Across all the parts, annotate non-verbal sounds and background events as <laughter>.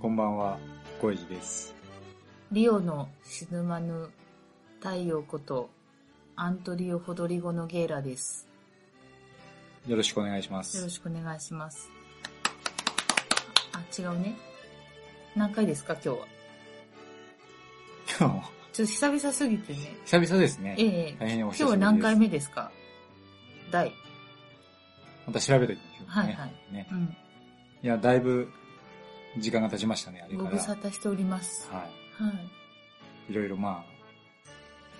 こんばんは、ごえじです。リオの死ぬまぬ太陽ことアントリオ・ホドリゴのゲーラですよろしくお願いしまよろす。しくお願いします。あ、違うね。何回ですか、今日は。今日もちょっと久々すぎてね。久々ですね。ええ大変今お久日しぶりです。は何回目ですか第。また調べときましょうかね。はいはねうん。いや、だいぶ時間が経ちましたね、あれかごら。無沙汰しております。は。はいい。いろいろま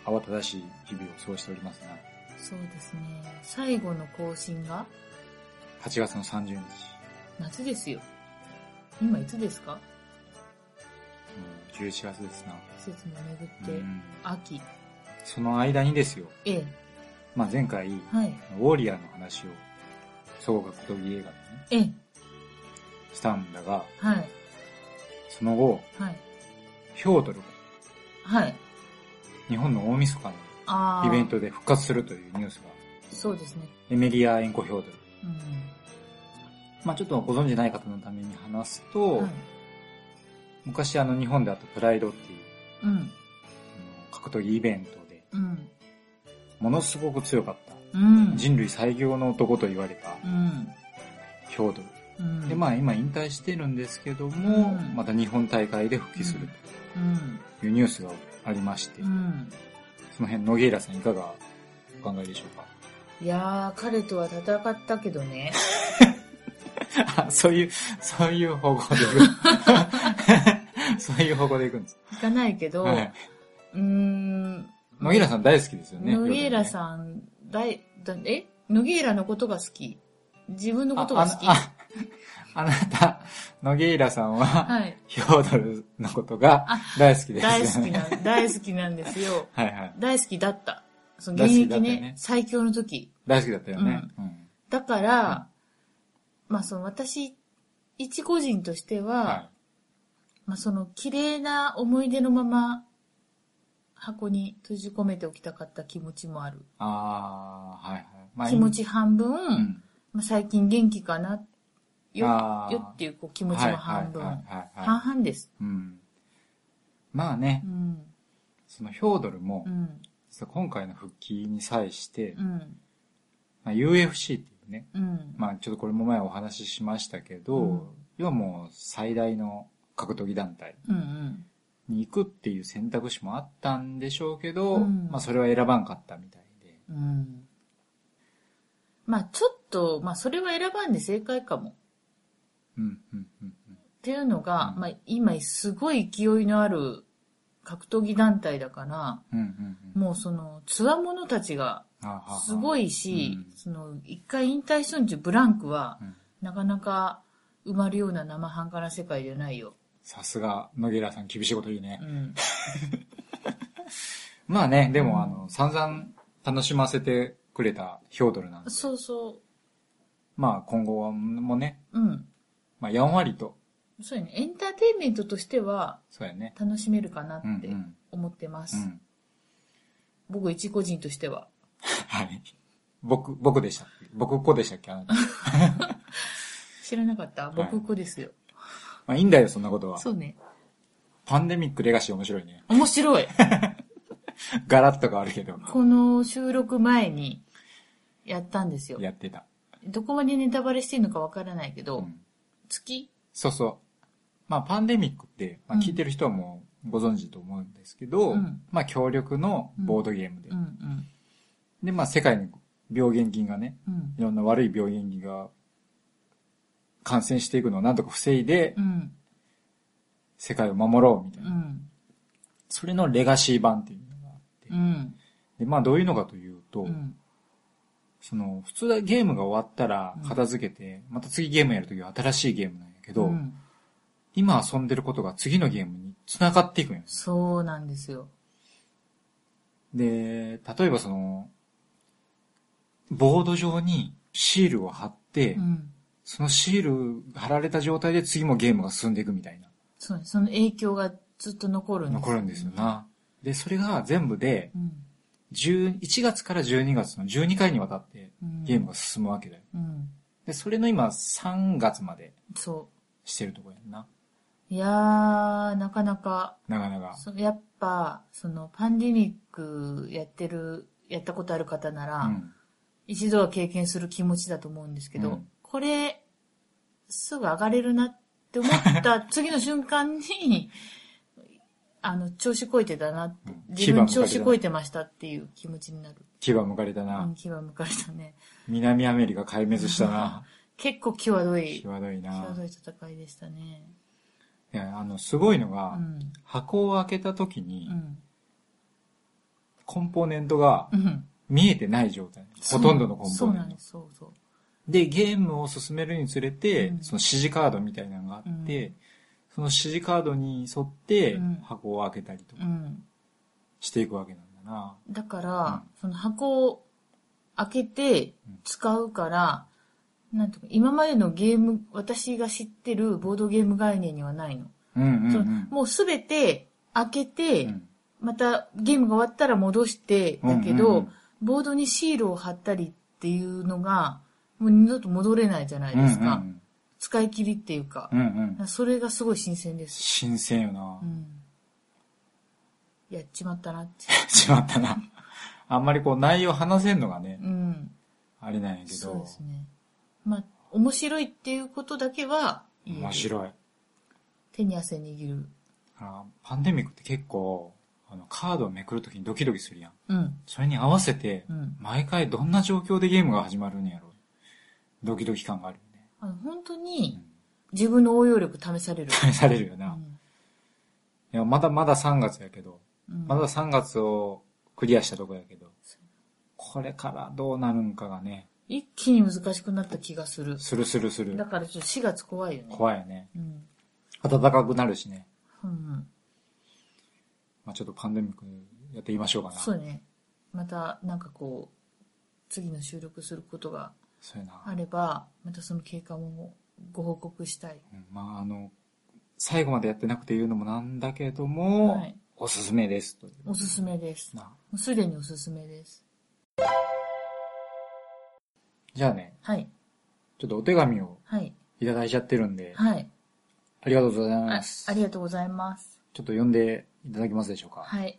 あ、慌ただしい日々を過ごしておりますが、そうですね。最後の更新が8月の30日、うん夏ですよ。今いつですか11月ですな。季節もう巡って。ん秋。その間にですよ、ええ。まあ前回、ウはい。ォーリアーの話を、総学とぎ映画でね、ええ。したんだが、はい。その後、はい。ヒョードルがはい。日本の大晦日のああ。イベン。トで復活するというニュースが、そうですね。エメリア・エンコ・ヒョードル。うん。まあちょっとご存知ない方のために話すと、はい。昔あの日本であったプライドっていううん。あの格闘技イベントで、うん。ものすごく強かっうた、ん。人類最強の男と言われたうん。ヒョードル。うん。で、まあ今引退してるんですけども、うんまた日本大会で復帰するうん。というニュースがありまして、うん。その辺、野ゲイラさんいかがお考えでしょ <laughs> ういやー、彼とは戦ったけどね。かあそういう、そういう方向で <laughs> 行く。そういう方向で行くんです。いかないけど、はい。うーん。野ゲイラさん大好きですよね。野ゲイラん。さん、だい、だえ野ゲイラのことが好き。自分のこあとが好き。あああ <laughs> なた、野ゲイラさんは、はい。ヒョードルのことがあ大好きですよ大ね。好きな、大好きなんですよ。はいはい。大好きだった。その大好現役きだねったよね最強の時。大好きだったよね。うんだから、まあその私、一個人としては、はまあ、その綺麗な思い出のまま箱に閉じ込めておきたかった気持ちもあるい。。ああ、はいはい。まあ気持ち半分、うんまあ、最近元気かな、よあ、ーよっていうこう気持ちも半分。はいはいはいはい半々です。うんまあねう、ん、そのヒョードルもう、ん、実は今回の復帰に際してう、ん、まあ UFC っていうね、うん。まあちょっとこれも前お話ししましたけど、うん要はもう最大の格闘技団体うん、うん。に行くっていう選択肢もあったんでしょうけど、うんまあそれは選ばんかったみたいで。うん。まあ、ちょっと、まあ、それは選ばんで正解かも。うん、うん、うん。うんっていうのが、うんまあ、今すごい勢いのある格闘技団体だから、うん、うんうん。もうその、つわものたちがすごい。いし、うんその、一回引退しとんちゅうブランクは、うんなかなか埋まるような生半可な世界じゃないよ。さすが、野ゲラさん厳しいこと言うねう。ん。まあね、でうんもあの、散々楽しませてくれたヒョードルなんで、そうそまあ今後はもね、う。うん。まあやんわりと、そうやね。エンターテインメントとしてはそうやね。楽しめるかなっうん、うてん。思ってます。うん。僕一個人としては。はい。僕、僕でした。僕っ子でしたっけあなた。知らなかったはい僕っ子ですよ。まあいいんだよ、そんなことは。そうね。パンデミックレガシー <laughs> 面白いね。面白い。ガラッと変わるけど、 <laughs> この収録前にやったんですよ。やってた。どこまでネタバレしてんのかわからないけど、うん月そうそう。まあ、パンデミックって、まあ、うん聞いてる人はもうご存知と思うんですけうど、んまあ、協力のボードゲームで。うんうん。で、まあ、世界に病原菌がね、うん。いろんな悪い病原菌が感染していくのをなんとか防いでう、ん。世界を守ろうみたいうな。ん。それのレガシー版っていうのがあって。うん。で、まあ、どういうのかというと、うん。その、普通はゲームが終わったらうん片付けて、また次ゲームやるときは新しいゲームなんやけど、うん今遊んでることが次のゲームに繋がっていくんよね。そうなんですよ。で、例えばその、ボード上にシールを貼って、うん。そのシール貼られた状態で次もゲームが進んでいくみたいな。そうね。その影響がずっと残るんです残るんですよ。な。で、それが全部で、うん。 10 1月から12月の12回にわたってうん、ゲームが進むわけだよ。うん。で、それの今3月までそしてるとこやんな。う。いやー、なかなか、なかなか。そやっぱ、その、パンデミックやってる、やったことある方なら、うん。一度は経験する気持ちだと思うんですけど、うんこれ、すぐ上がれるなって思 <laughs> った次の瞬間に、あの、調子こいてたなってうん、自分調子こいてましたっていう気持ちになる。牙向かれたうな。ん、気は向かれたね。南アメリカ壊滅したな。結構際どい、際どいな際。どい戦いでしたね。いや、あの、すごいのうが、ん。箱を開けた時に、うん。コンポーネントがうん。見えてない状態。ほとんどのコンポそうーネなんントで。す、そうそう。で、ゲームを進めるにつれて、うんその指示カードみたいなのがあって、その指示カードに沿ってうん箱を開けたりとうかん。していくわけなんだな。だから、その箱を開けて使うから、なんとか、今までのゲーム、私が知ってるボードゲーム概念にはないの。うんうんうん。そのもうすべて開けて、うんまたゲームが終わったら戻して、だけど、うんうんうんボードにシールを貼ったりっていうのが、もう二度と戻れないじゃないですか。うん使い切りっていうかう。んうん。うんうんそれがすごい新鮮です。新鮮よなう。ん。やっちまったなって。しまったな。あんまりこう内容話せんのがね、うん。あれなんやけそうでどす、ね。まあ、面白いっていうことだけは言える面白い。手に汗握る。あのパンデミックって結構、あの、カードをめくるときにドキドキするやん。うん。それに合わせてう、ん。毎回どんな状況でゲームが始まるんやろう。ドキドキ感があるよね。あの本当うにん自分の応用力試される。 <laughs> 試されるような。んいや、まだまだ3月やけど、うんまだ3月をクリアしたとこやけど、これからどうなるんかがね、一気に難しくなった気がする。するするすだる。からちょっと4月怖いよね。怖いよね。うん。暖かくなるしね。うん。まあちょっとパンデミックやっていきましょうかな。そうね。またなんかこう、次の収録することがそうやな。あれば、またその経過もご報告したい。うんまああの、最後までやってなくて言うのもなんだけども、はいおすすめですという。おすすめです。もなうすでにおすすめです。じゃあね、はい。ちょっとお手紙をはい。いただいちゃってるんで、はい。ありがとうございまあす。ありがとうございます。ちょっと読んでいただけますでしょうか。はい。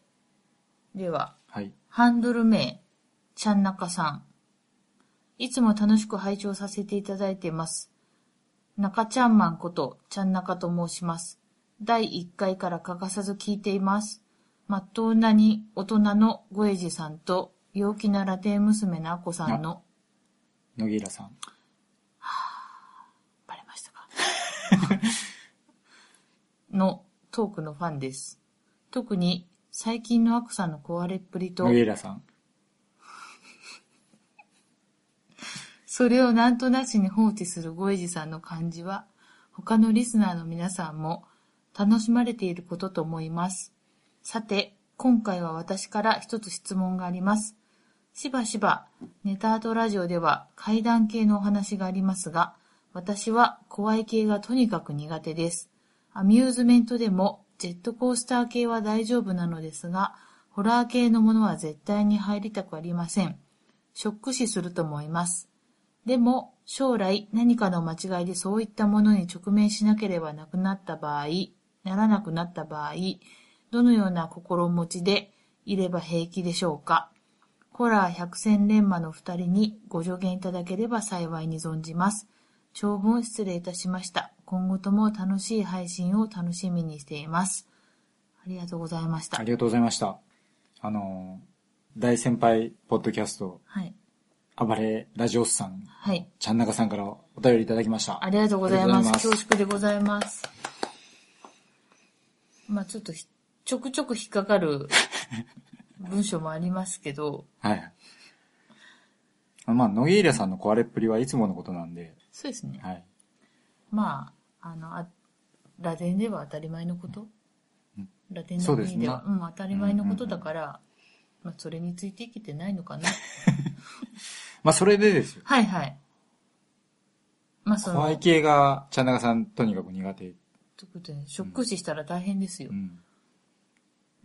では、はい。ハンドル名、ちゃんなかさん。いつも楽しく拝聴させていただいています。中ちゃんまんこと、ちゃんなかと申します。第1回から欠かさず聞いています。まっとうなに大人のごえじさんと、陽気なラテン娘なあこさんの、野木らさん。バレましたか <laughs> のトークのファンです。特に最近のアクさんの壊れっぷりと野、木らさん。それをなんとなしに放置するゴエジさんの感じは、他のリスナーの皆さんも楽しまれていることと思います。さて、今回は私から一つ質問があります。しばしば、ネタアートラジオでは怪談系のお話がありますが、私は怖い系がとにかく苦手です。アミューズメントでもジェットコースター系は大丈夫なのですが、ホラー系のものは絶対に入りたくありません。ショック死すると思います。でも、将来何かの間違いでそういったものに直面しなければなくなった場合、ならなくなった場合、どのような心持ちでいれば平気でしょうかホラー百戦錬磨の二人にご助言いただければ幸いに存じます。長文失礼いたしました。今後とも楽しい配信を楽しみにしています。ありがとうございました。ありがとうございました。あのー、大先輩、ポッドキャスト、はい。暴れラジオスさん、はい。ちゃんなかさんからお便りいただきました。ありがとうございます。ありがとうござい恐縮でございます。まあちょっとひちょくちょく引っかか <laughs> る文章もありますけど、はいはい。あまあ、野木らさんの壊れっぷりはいつものことなんで、そうですね。はい。まあ、あの、あラテンでは当たり前のことうんラテンそのうです国ねではうん、当たり前のことだから、まあ、それについて生きてないのかなまあ、それでですよ。はいはいまあそ怖のい系が、ちゃんなかさん、とにかく苦手。ということでショック死したら大変ですよ、うん。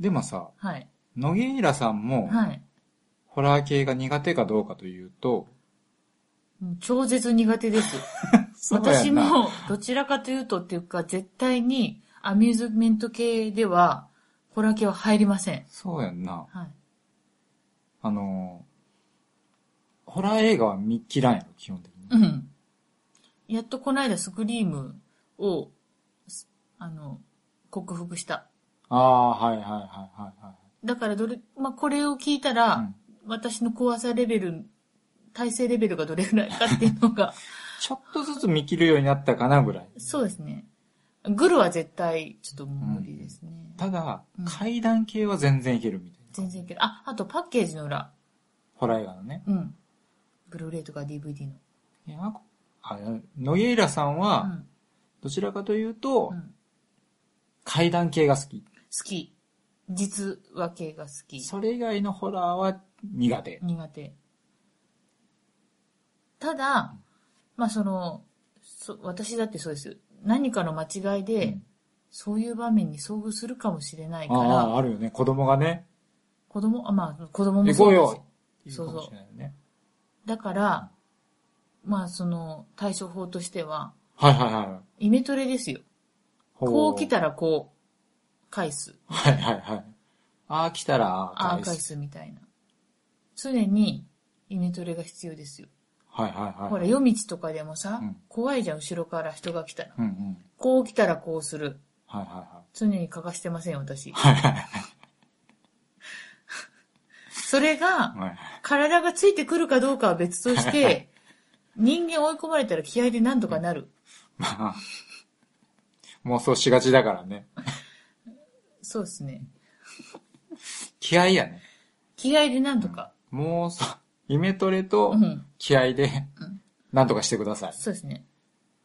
でもさ、はい野木イラさんも、はいホラー系が苦手かどうかというと、もう超絶苦手ですそうや私んな。も、どちらかというとっていうか、絶対に、アミューズメント系では、ホラー系は入りません。そうやんな。はい。あのー、ホラー映画は見嫌いやろ、基本的に。うん。やっとこの間、スクリームを、すあの、克服した。ああ、はいはいはいはいはい。だから、どれ、まあ、これを聞いたら、私の怖さレベル、耐性レベルがどれぐらいかっていうの <laughs> が、ちょっとずつ見切るようになったかなぐらい。そうですね。グルは絶対、ちょっと無理ですね。ただ、うん階段系は全然いけるみたいな。全然いけど、あ、あとパッケージの裏。ホラー映画のね。うん。ブルーレイとか DVD の。いや、こあノイエイラさんうは、ん。どちらかというと、うん階段系が好き。好き。実話系が好き。それ以外のホラーは苦手。苦手。ただ、まあその、そ私だってそうですよ。何かの間違いで、うんそういう場面に遭遇するかもしれないかああ、ら、あるよね。子供がね、子供、あまあ子供も行そうこうですよって言うかもしれないよね。だから、まあその対処法としては、はいはいはい。イメトレですよ。ほこう来。たらこう、返す。はいはいはい。ああ、来たら、あああ、あ返す、返すみたいな。常にイメトレが必要ですよ。はいはいはい。ほら、夜道とかでもさ、うん怖いじゃん、後ろから人が来たら。うんうん。こう来たらこうする。はいは常に欠かしてません、私。いはい。はいはいそれが、はい。体がついてくるかどうかは別として、人間追い込まれたら気合で何とかなる。まあ、妄想しがちだからね。そうですね。気合やね。気合で何とか。妄想、イメトレとうん気合で、なんとかしてください。そうですね。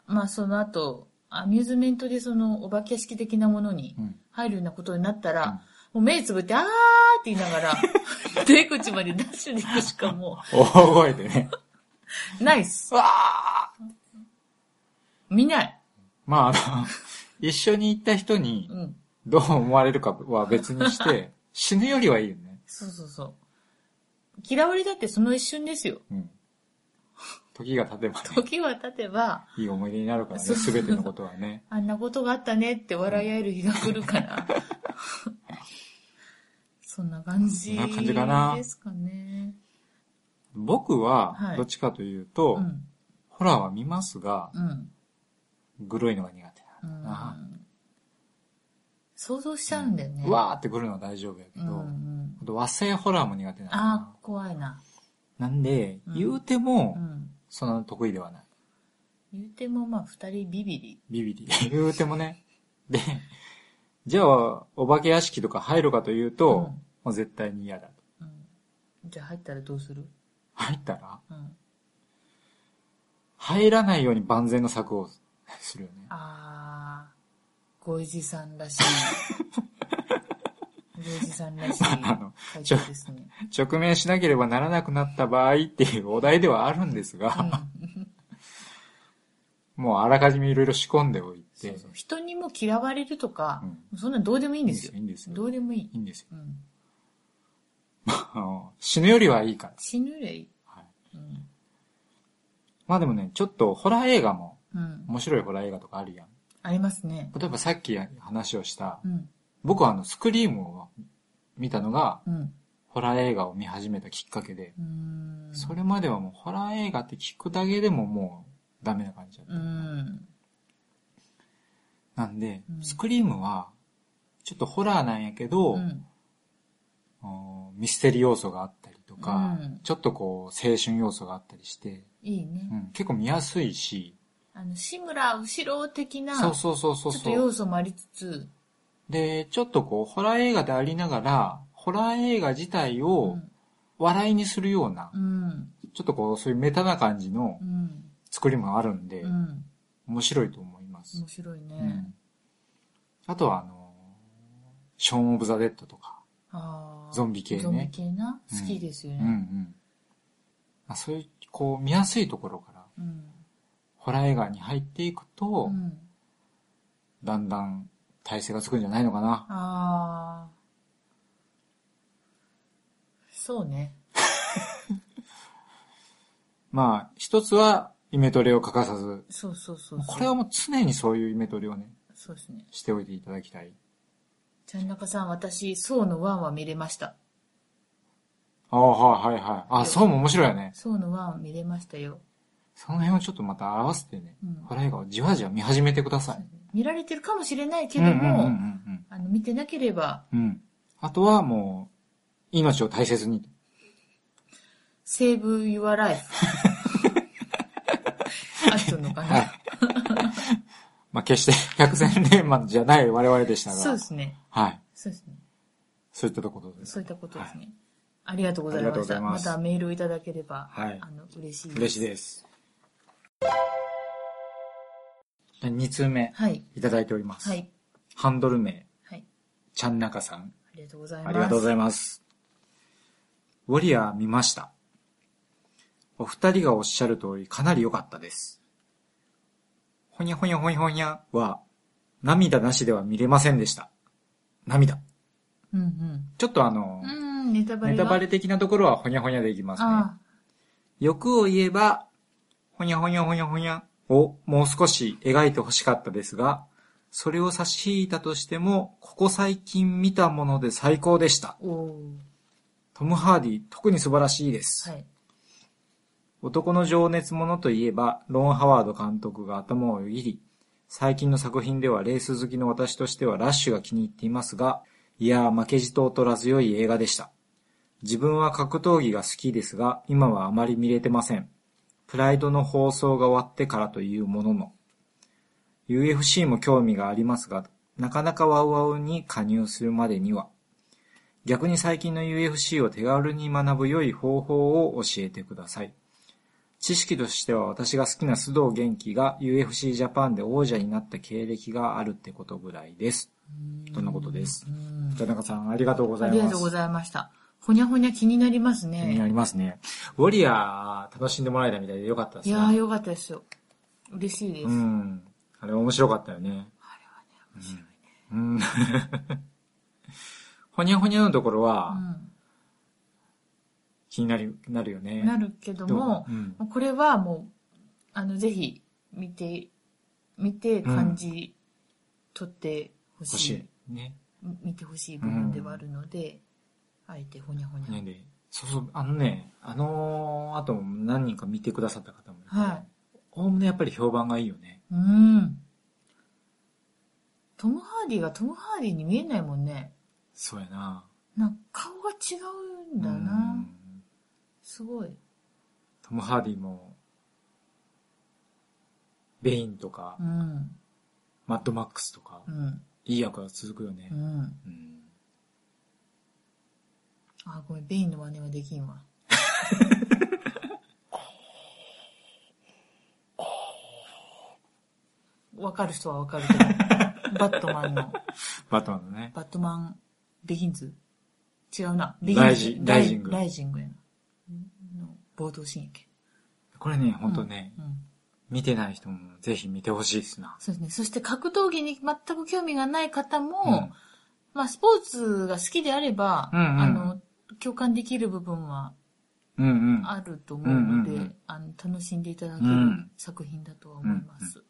まあ、その後、アミューズメントでそのお化け屋敷的なものにうん入るようなことになったら、もう目つぶって、あーって言いなが <laughs> ら、出口までダッシュで行くしかも大声でね。う、ないっす。わ見ない。まあ、あの、一緒に行った人にう、ん。どう思われるかは別にして、死ぬよりはいいよね。そうそうそう。嫌われだってその一瞬ですよ。うん。時が経てばね、時は経てば、いい思い出になるからそね、うすべてのことはね。あんなことがあったねって笑い合える日が来る <laughs> から。そんな感じ。そんな感じかなですかね。僕はは、いどっちかというと、うん。ホラーは見ますが、うん。グロいのが苦手うなんだな。ん。想像しちゃうんだよね。うわーってくるのは大丈夫やけうんど、うん。あと和製ホラーも苦手なのああ、怖いな。なんで、うん言うてうも、ん。そんな得意ではない。言うてもまあ二人ビビり。ビビリ。 <laughs> 言うてもね。で、じゃあ、お化け屋敷とか入るかというと、うんもう絶対に嫌だと。うん。じゃあ入ったらどうする入ったら、うん。入らないように万全の策をするよね。あー、ごいじさんら <laughs> しい。ごいじさんらしいあの回答ですね。直面しなければならなくなった場合っていうお題ではあるんですが、うん <laughs> もうあらかじめいろいろ仕込んでおいて、そうそう人にも嫌われるとか、うそんなんどうでもいいんですよ。いいんですよいいんですよどうでもいいい。いんですよ。うん、あの死ぬよりはいいから。死ぬより、はいうんまあでもね、ちょっとホラー映画も、うん、面白いホラー映画とかあるやん。ありますね。例えばさっき話をした、うん、僕はあの、スクリームを見たのが、うん、ホラー映画を見始めたきっかけで、うーん。それまではもうホラー映画って聞くだけでももうダメな感じだった。うん、なんでう、んスクリームは、ちょっとホラーなんやけど、うん、あのミステリー要素があったりとか、うんちょっとこう、青春要素があったりして、いいうね。ん結構見やすいし、あの、志村後ろ的な、そうそうそうそうちょっとそう。要素もありつつ、で、ちょっとこう、ホラー映画でありながら、ホラー映画自体うをん、笑いにするようなう、ん、ちょっとこう、そういうメタな感じのうん、作りもあるんで、うん、面白いと思います。面白いね。うんあとは、あの、ショーン・オブ・ザ・デッドとか。あーゾンビ系ねゾンビ系な。うん好きですようんうね。ん。あそういう、こう、見やすいところから、うん。ホラー映画に入っていくうと、ん。だんだん体勢がつくんじゃないのかな。ああ。そうね。まあ、一つは、イメトレを欠かさず、そうそうそうもうそう。これはもう常にそういうイメトレをね、そうですね。しておいていただきたい。ちゃんなかさん、私、ソーのワンは見れました。ああ、はいはいはい。あ、そうも面白いよね。ソーのワンは見れましたよ。その辺をちょっとまた合わせてね、うんホラー映画をじわじわ見始めてください。見られてるかもしれないけうんうどんうんも、うんあの、見てなければ、うん。うん。あとはもう、命を大切に。セーブ・ユア・ <laughs> ライフ。あってんのか <laughs> はいな。まあ、決して百戦錬磨じゃない我々でしたが。そうですね。はい。そうですね。そういったところです。そういったことですね。ありがとうございありがとまうごしざいた。まますたメールをいただければ、はいあの、嬉しいです。嬉しいです。2通目、はい。いただいております。はい。ハンドル名、はい。ちゃんなかさん。ありがとうございます。ありがとうございます。ウォリアー見ました。お二人がおっしゃる通りかなり良かったです。ほにゃほにゃほにゃほにゃは、涙なしでは見れませんでした。涙。うんちょっとあのうん。う、ん、ネタバレネが。タバレ的なところはほにゃほにゃでいきますね。あ欲を言えば、ほにゃほにゃほにゃほにゃをもう少し描いてほしかったですが、それを差し引いたとしても、ここ最近見たもので最高でした。あ。おお。トム・ハーディ、特に素晴らしいです。はい。男の情熱ものといえば、ロン・ハワード監督が頭をよぎり、最近の作品ではレース好きの私としてはラッシュが気に入っていますが、いやー負けじと劣らず良い映画でした。自分は格闘技が好きですが、今はあまり見れてません。プライドの放送が終わってからというものの、UFC も興味がありますが、なかなかワウワウに加入するまでには、逆に最近の UFC を手軽に学ぶ良い方法を教えてください。知識としては私が好きな須藤元気が UFC ジャパンで王者になった経歴があるってことぐらいです。そんなことです。うん。田中さん、ありがとうござあいりまがす。とうございました。ほにゃほにゃ気になります気になね。りますね。ウォリアー、楽しんでもらえたみたいでよかったですいね。やー、よかったですよ。嬉しいです。うん。あれ面白かったよね。面白いねうん。 <laughs> ほにゃほにゃのところは気になる、なるようね。ん。なるけどもう、ん。もうこれはもう、あの、ぜひ、見て、見て、感じ、取ってほ欲しいし。い。ね。み見てほしい部分ではあるので、あえてほにゃほにゃ。ねで、そうそう、あのね、あの後も何人か見てくださった方もいて、はいおおむねやっぱり評判がいいよね。うん。トム・ハーディがトム・ハーディに見えないもんね。そうやな。なんか顔が違うんだな。うんすごい。トム・ハーディも、ベインとか、うん。マッドマックスとか、うん。いい役が続くよねう。ん。うんあ、ごめん、ベインの真似はできんわ。わかる人はわかるけど。バットマンの、バットマンのね。バットマン、ベギンズ違うな。ベライジライジングライジングやな。の冒頭シーンやけ。これね、ほんとね、うん。見てない人もぜひ見てほしいですな。そうですね。そして格闘技に全く興味がない方も、うんまあスポーツが好きであれば、うんうんあの、共感できる部分はうんうん。あると思うので、うんうんうんあの楽しんでいただけるうん作品だとは思います。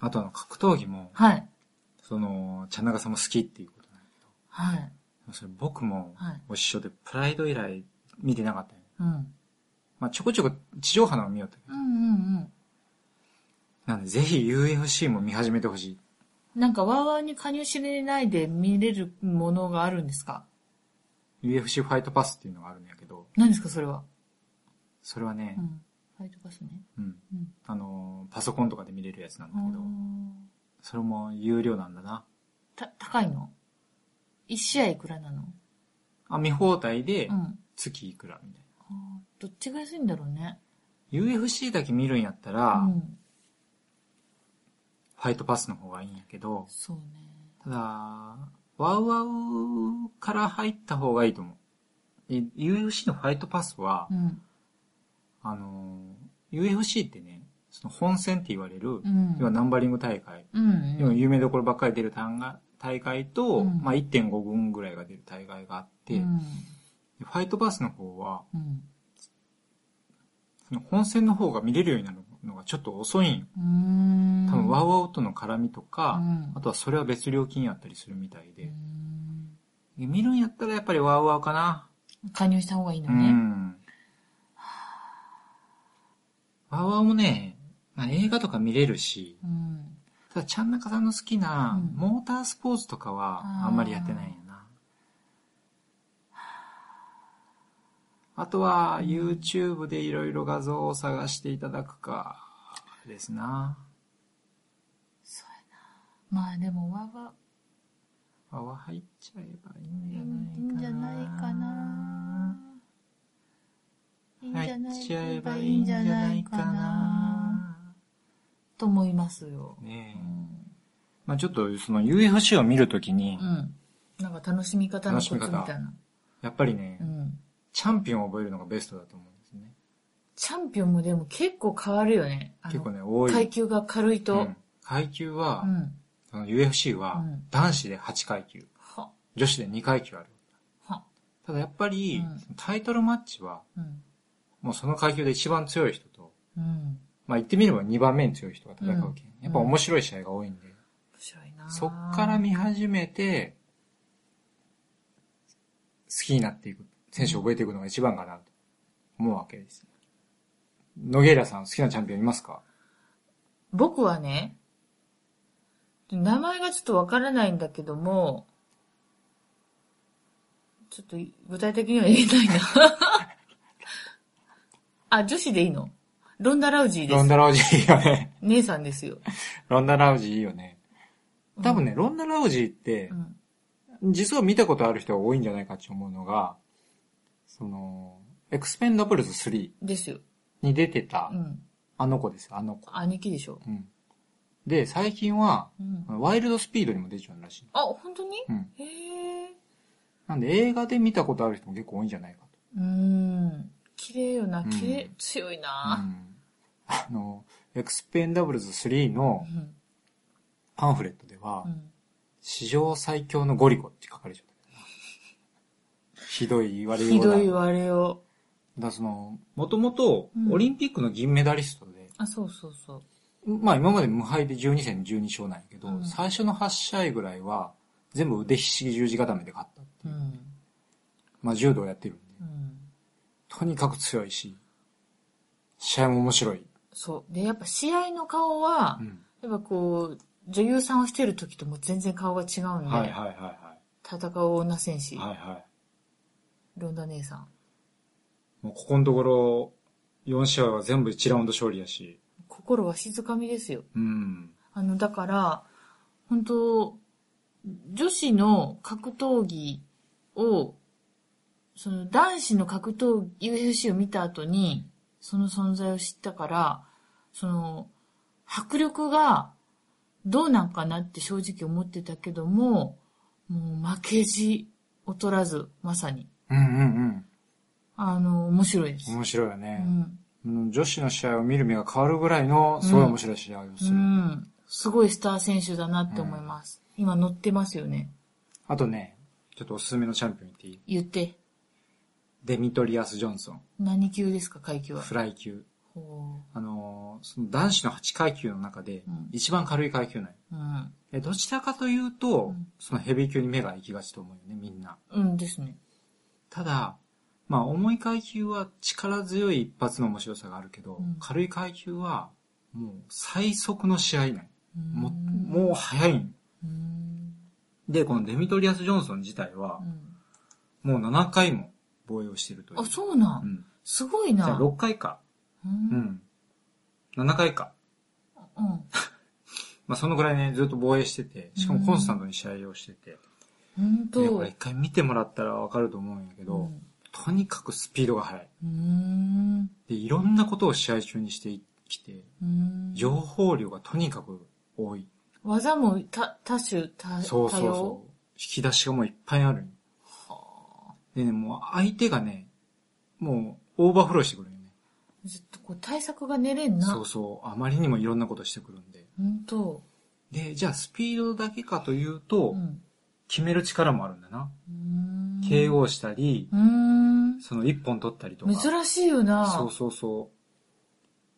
あとあの、格闘技も、はい。その、ちゃんなかさんも好きっていうことなんだけはい。ど、それ僕もはい、お師匠でプライド以来見てなかったよね。うん。まあ、ちょこちょこ地上波のを見ようって。うんうんなんで、ぜひ UFC も見始めてほしい。うん。なんかワーワーに加入しれないで見れるものがあるんですか UFC ファイトパスっていうのがあるんやけど、何ですかそれは。それはねう、ん。ファイトパスね。うん。うん。あのー、パソコンとかで見れるやつなんだあけど、ーそれも有料なんだな。た、高いの一試合いくらなのあ、見放題でう、ん。月いくらみたいあーどっちが安いんだろうね。な。UFC だけ見るんやったうら、ん。フファイトパスの方がいいんやけど、そうね。ただ、ワウワウから入った方がいいと思う。で UFC のファイトパスは、うん。あのー、UFC ってね、その本戦って言われる、うん。要はナンバリング大会、うんうん。要は有名どころばっかり出る単が大会と、うんまあ1.5軍ぐらいが出る大会があって、うんでファイトパスの方は、うん。その本戦の方が見れるようになるのがちょっと遅いんようーん。多分ワウワウとの絡みとか、うんあとはそれは別料金やったりするみたいでう、んで見るんやったらやっぱりワウワウかな。加入した方がいいのうね。ん。ワウワウもね、まあ、映画とか見れるし、うん。ただ、ちゃんなかさんの好きうな、んモータースポーツとかは、あんまりやってないんやな。あとは、YouTube でいろいろ画像を探していただくか、ですな。そうやな。まあでも、わわ、あわ入っちゃえばいいいいんんじじゃゃなないいかかなな。。いいんじゃない入っちゃえばいいんじゃないかな。と思いますよ。ねうえ。ん。まあちょっと、その UFC を見るときにう、ん。なんか楽しみ方のコツみたい楽しな。やっぱりねう、ん。チャンピオンを覚えるのがベストだと思うんですね。チャンピオンもでも結構変わるよね。あの結構ね、多い。階級が軽いうとん。階級は、うん。その UFC はうん男子で8階級、は、女子で2階級ある。は、ただやっぱり、うんそのタイトルマッチは、うん。もうその階級で一番強い人と、うん。面まあ言ってみれば2番目に強い人が戦うけん。うんやっぱ面白い試合が多いんで、白いなそっから見始めて、好きになっていく、選手を覚えていくのが一番かなと思うわけです。野ゲイラさん好きなチャンピオンいますか僕はね、名前がちょっとわからないんだけども、ちょっと具体的には言え <laughs> ないな。あ、女子でいいのロンダ・ラウジーでロンす。ダ・ラウジーいいよね。 <laughs> 姉さんですよ。ロンダ・ラウジーいいよね。多分ね、ロンダ・ラウジーってう、ん。実は見たことある人が多いんじゃないかって思うのが、その、エクスペンダブルズ3ですよ。に出てたう、ん。あの子です、あの子。兄貴でしょ。うん。で、最近は、うん。ワイルドスピードにも出ちゃうらしい。あ、本当にうん。へえ。なんで映画で見たことある人も結構多いんじゃないかと。うん。綺麗よな。うん綺麗、強いうな。んあの、エクスペンダブルズ3のうん。パンフレットではう、ん。史上最強のゴリゴって書かれちゃった。ひどい言われようだひどいわれよ。だからその、もともとうん、オリンピックの銀メダリストで、あ、そうそうそう。まあ今まで無敗で12戦12勝なんやけど、うん最初の8試合ぐらいは、全部腕ひしぎ十字固めで勝ったっう。ていうんまあ柔道やってるんでう、ん。とにかく強いし、試合も面白い。そう。で、やっぱ試合の顔は、うんやっぱこう、女優さんをしてる時ともう全然顔が違うんで、はいはいはいは戦う女戦士、い。はいはい。ロンダ姉さん。もうここのところ、4試合は全部1ラウンド勝利やし、心は静かみですよ。うん。あの、だから、本当女子の格闘技を、その男子の格闘技、UFC を見た後に、その存在を知ったから、その、迫力がどうなんかなって正直思ってたけども、もう負けじ劣らず、まさに。うんうんあの、面白いでうす。ん。面白いようね。ん。うん女子の試合を見る目が変わるぐらいの、すごい面白い試合をすうる。ん。すごいスター選手だなって思います。今乗ってますよね。あとね、ちょっとおすすめのチャンピオン言っていい言って。デミトリアス・ジョンソン、何級ですか、階級は。フライ級。ほあのーその男子の8階級の中でうん、一番軽い階級なんよう。うん。えどちらかというと、うんそのヘビー級に目が行きがちと思うよね、みんな。うんですね。ただ、まあ、重い階級は力強い一発の面白さがあるけど、うん軽い階級は、もう最速の試合なんよも、うもう早いんよーん。で、このデミトリアス・ジョンソン自体はう、んもう7回も防衛をしているという。あ、そうな。うんん。すごいじゃな。あ6回か。う。うんん。7回か。うんまあ、そのぐらいね、ずっと防衛してて、しかもコンスタントに試合をしてて、ほんと。でこれ一回見てもらったらわかると思うんやけど、うんとにかくスピードが速い。うーん。で、いろんなことを試合中にしてきて、うーん情報量がとにかく多い。技もた多種多そうそう多そ様う。引き出しがもういっぱいあるよでね、もう相手がね、もうオーバーフローしてくるよね。ちょっとこう対策が練れんな。そうそう。あまりにもいろんなことしてくるんで。本当。で、じゃあスピードだけかというと、うん。決める力もあるんだな。うーん KO したり、うーん。その一本取ったりとか。珍しいよな。そうそうそ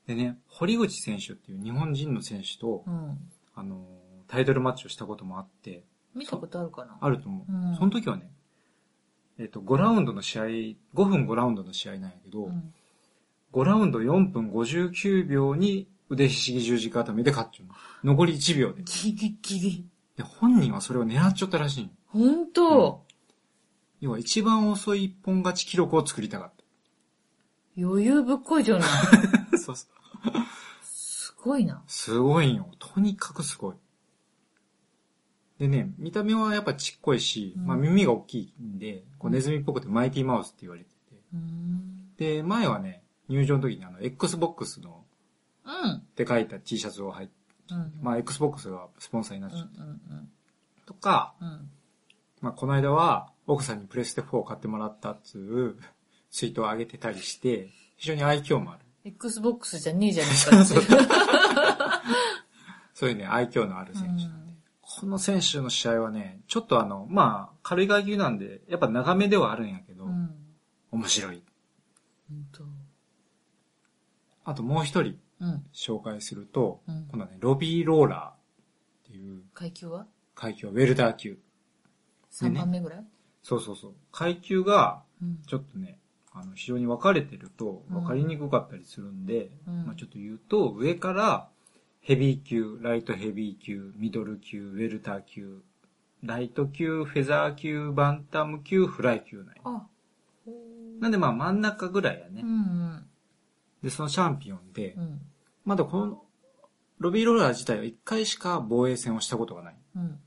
う。でね、堀口選手っていう日本人の選手と、うん。あのー、タイトルマッチをしたこともあって、見たことあるかなあると思う。うんその時はね、えっ、と、5ラウンドの試合、5分5ラウンドの試合なんやけど、うん。 5ラウンド4分59秒に腕ひしぎ十字架固めで勝っちゃうの。残り1秒で。ギリギリ。で、本人はそれを狙っちゃったらしいの。本当、要は一番遅い一本勝ち記録を作りたかっ余裕ぶっこいじゃない。 <laughs> た。そうそう。すごいな。すごいよ。とにかくすごい。でね、見た目はやっぱちっこいし、うんまあ耳が大きいんで、こうネズミっぽくてマイティマウスって言われてうーん。て。で、前はね、入場の時にあの、Xbox のうん。って書いた T シャツを入って、うん。まあ Xbox がスポンサーになっうちんゃうった。んとか、うん。うん。まあ、この間は、奥さんにプレステ4を買ってもらったっつう、ツイートを上げてたりして、非常に愛嬌もある。 Xbox じゃねえじゃねえかっていう。そういうね、愛嬌のある選手なんで。この選手の試合はね、ちょっとあの、まあ、軽い階級なんで、やっぱ長めではあるんやけど、うん。うん。面白い。本当あともう一人うん。紹介すると、うん今度はね、ロビー・ローラーっていう階級は階級はウェルダー級。 ?3 番目ぐらい、そうそうそう。階級が、うん。ちょっとね、あの、非常に分かれてるとうん分かりにくかったりするんで、うんまあちょっと言うと、上からヘビー級、ライトヘビー級、ミドル級、ウェルター級、ライト級、フェザー級、バンタム級、フライ級なんよあ、なんでまあ真ん中ぐらいやね。うんうん。で、そのチャンピオンで、うん。まだこの、ロビーローラー自体は1回しか防衛戦をしたことがない。うん。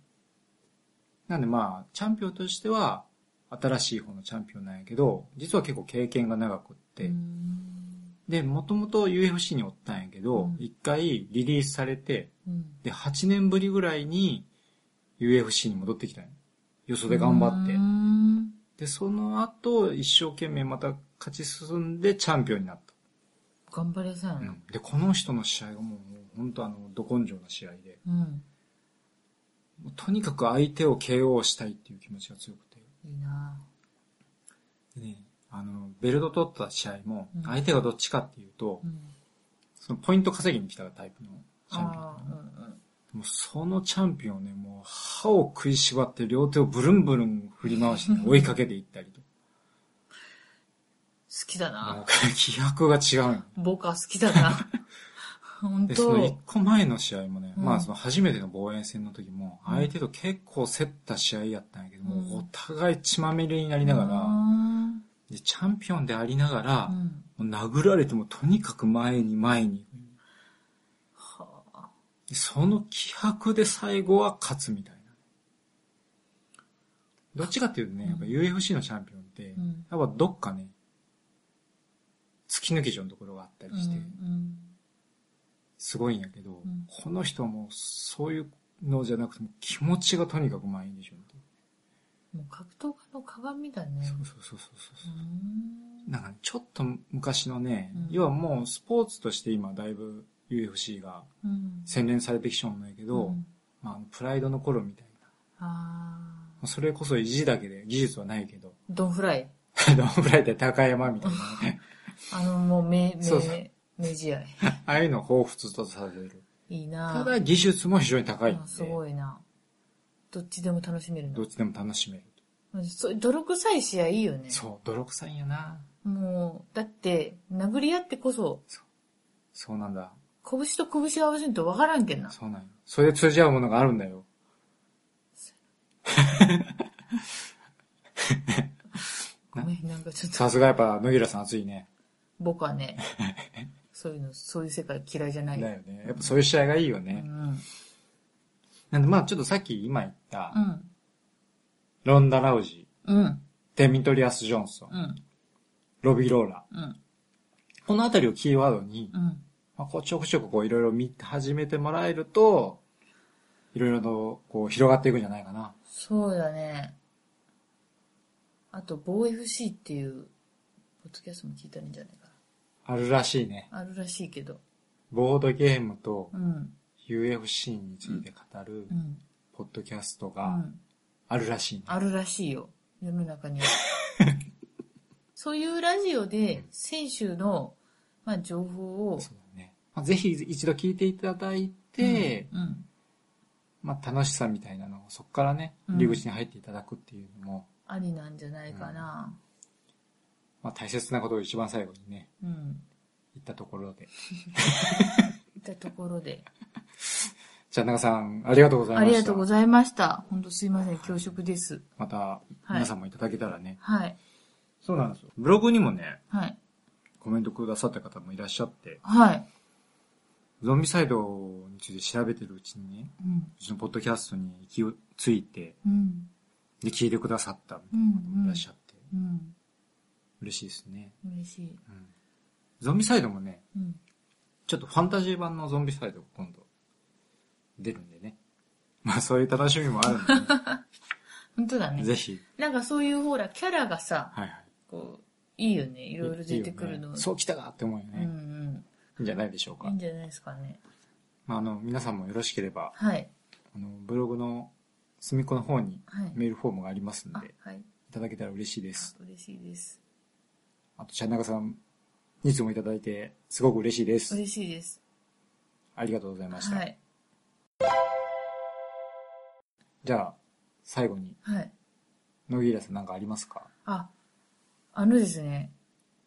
なんでまあ、チャンピオンとしては、新しい方のチャンピオンなんやけど、実は結構経験が長くって、うんで、もともと UFC におったんやけうどん、一、回リリースされて、うん。で、8年ぶりぐらいに UFC に戻ってきたんよ。よそで頑張ってうー。んで、その後、一生懸命また勝ち進んでチャンピオンになっ頑張れさた。んうの。ん、で、この人の試合がもう、もう本当あの、ど根性な試合で、うん。もうとにかく相手を KO したいっていう気持ちが強くて。いいなでね、あの、ベルト取った試合もうん、相手がどっちかっていうと、ぁうん。そのポイント稼ぎに来たタイプのチャンピオンなあのあ、。うんもうそのチャンピオンね、もう歯を食いしばって両手をブルンブルン振り回してね、追いかけていったりと。好きだもうな気迫が違うよ僕は好きだな本で、その一当個前の試合もね、うんまあその初めての防衛戦の時も、うん相手と結構競った試合やったんやけど、うんもうお互い血まみれになりながうら、んで、チャンピオンでありながら、うもん。う殴られてもとにかく前に前に。はあでその気迫で最後は勝つみたいな。どっちかっていうとね、やっぱ UFC のチャンピオンって、うんやっぱどっかね、突き抜けちゃうところがあったりしてう、んすごいんやけど、うんこの人はもうそういうのじゃなくても気持ちがとにかく前にでしょ、うんもう格闘家の鏡だね。そうそうそうそうそうう。んなんかね、ちょっと昔のね、うん要はもうスポーツとして今だいぶ UFC がうん洗練されてきちゃうんだけうど、んまああのプライドの頃みたいああ、な。まあそれこそ意地だけで技術はないけど、 <laughs> ドンフライ。ドンフライで高山みたいな <laughs> ね、あの、もう、名、そうそ名、名試合。ああいうのを彷彿とさせる。いいなただ技術も非常に高いんであ、すごいな。どっちでも楽しめるどなっ。ちでも楽しめる。そう泥臭い試合いいよね。そう、泥臭いんやな。もう、だって、殴り合ってこそ、そうなんだ。拳と拳を合わせんと分からんけんな。そうなんよ。それで通じ合うものがあるんだよ。ごめん、なんかちょっと、さすがやっぱ、野木さん熱いね。僕はね、そういうの、そういう世界嫌いじゃなだい。よね。やっぱそういう試合がいいようね。ん。なんでまあちょっとさっき今言ったう、ん。ロンダ・ラウジ、うん。デミトリアス・ジョンソン、うん。ロビー・ローラうん。ー。このあたりをキーワードにう、ん。まあこうちょくちょくこういろいろ見て始めてもらえると、いろいろと、こう、広がっていくんじゃないかな。そうだね。あと、棒 FC っていう、ポッドキャストも聞いたらいいんじゃないかあるらしいね。な。あるらしいけど。ボードゲームとうん UFC について語るう、ん。ポッドキャストうがん。あるらしいね。あるらしいよ。世の中には。そういうラジオで、選手の、まあ、情報を。そうだね。まあぜひ一度聞いていただいて、うん、うん。まあ楽しさみたいなのをそこからね、うん入り口に入っていただくっていうのも、ありなんじゃないかな。まあ大切なことを一番最後にね、うん。言ったところで。いったところで。じゃあ中さん、ありがとうございまあした。りがとうございました。本当すいません。恐縮です。また、皆さんもいただけたらね。はい。そうなんですよ。ブログにもね、はい。コメントくださった方もいらっしゃって、はい。ゾンビサイドについて調べてるうちにね、うん。うちのポッドキャストに行きついて、うん。で、聞いてくださったみたういんな方。もいらっしゃって、うん。嬉しいですね。嬉しい。うん。ゾンビサイドもね、うん。ちょっとファンタジー版のゾンビサイドが今度、出るんでね。まあそういう楽しみもあるんでね、本当だね。ぜひ。なんかそういうほら、キャラがさ、はいはい。こう、いいよね。いいろいろ出てくるの。いよねそう来たかって思うようんうね。ん。いいんじゃないでしょういいかん。じゃないですかね。まああの、皆さんもよろしければ、はい。あの、ブログの隅っこの方にはい。メールフォームがありますんあで、い、はい。ただけたら嬉しいです。あ嬉しいです。あと、ちゃんなかさん、いつもいただいて、すごく嬉しいです。嬉しいです。ありがとうございました。はい。じゃあ、最後に、はい。野木らさんなんかありますかあ、あのですね、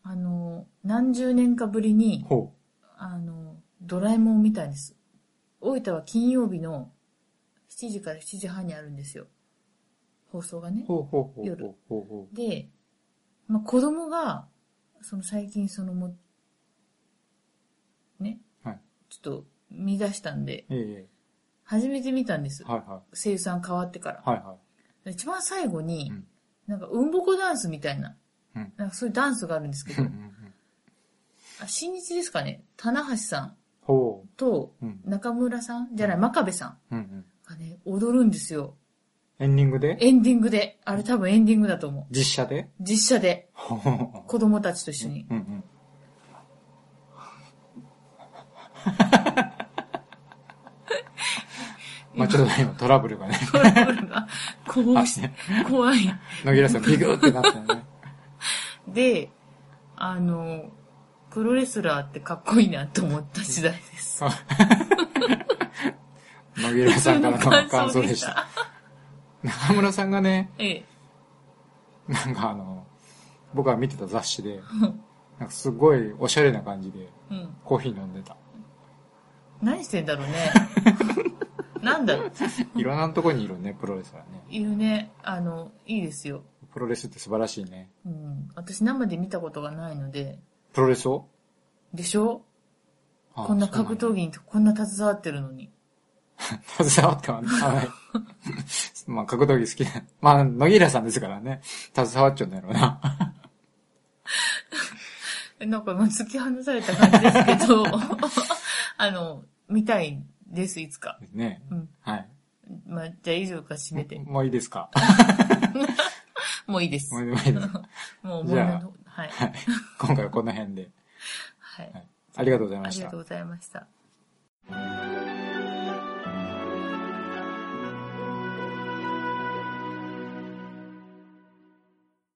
あの、何十年かぶりに、ほあの、ドラえもんを見たんです。大分は金曜日の7時から7時半にあるんですよ。放送がねう。。ほうほうほう夜ほうほうほう。で、まあ、子供が、その最近そのも、ね、はいちょっと見出したんで、ええ初めて見たんです。はいは声優さん変わってからい。。はいは一番最後に、うんなんか、うんぼこダンスみたいな、うんなんかそういうダンスがあるんですけい。 <laughs> どうんう、んうんあ新日ですかね、棚橋さんほとう。うん。中村さんじゃない、うん真壁さんうんうん。がね、踊るんですよ。エンディングでエンディングで。あれ多分エンディングだと思う。実写で実写で、ほうほうほ子供たちと一緒う。に。うん <laughs> うん。まあちょっと今トラブルがね。トラブルが、怖い、怖い。野木らさんビクってなったよね。で、あの、プロレスラーってかっこいいなと思った時代です。野木らさんからの感想でした。。中村さんがね、ええ。なんかあの、僕が見てた雑誌で、なんかすごいおしゃれな感じでうん。コーヒー飲んでた。何してんだろう <laughs> ね。なんだろう。いろんなとこにいるね、プロレスはね。いるね。あの、いいですよ。プロレスって素晴らしいね。うん。私生で見たことがないので、プロレスをでしょあこんな格闘技にこんな携わってるのに。そうなんだ携わってはない。 <laughs> まあ格闘技好きな。 <laughs> まあ、野木らさんですからね。携わっちゃうんだろうな。 <laughs> えなんかもう突き放された感じですけ <laughs> ど、あの、見たいです、いつか。ね。うん。はい。まあ、じゃあ以上か締めて。もういいです <laughs> かもういいですも。ういいです。もう思いじゃあ出の、はい。はい今回はこの辺で。はい。はいありがとうござ <laughs> いあましりがたとう。ございました。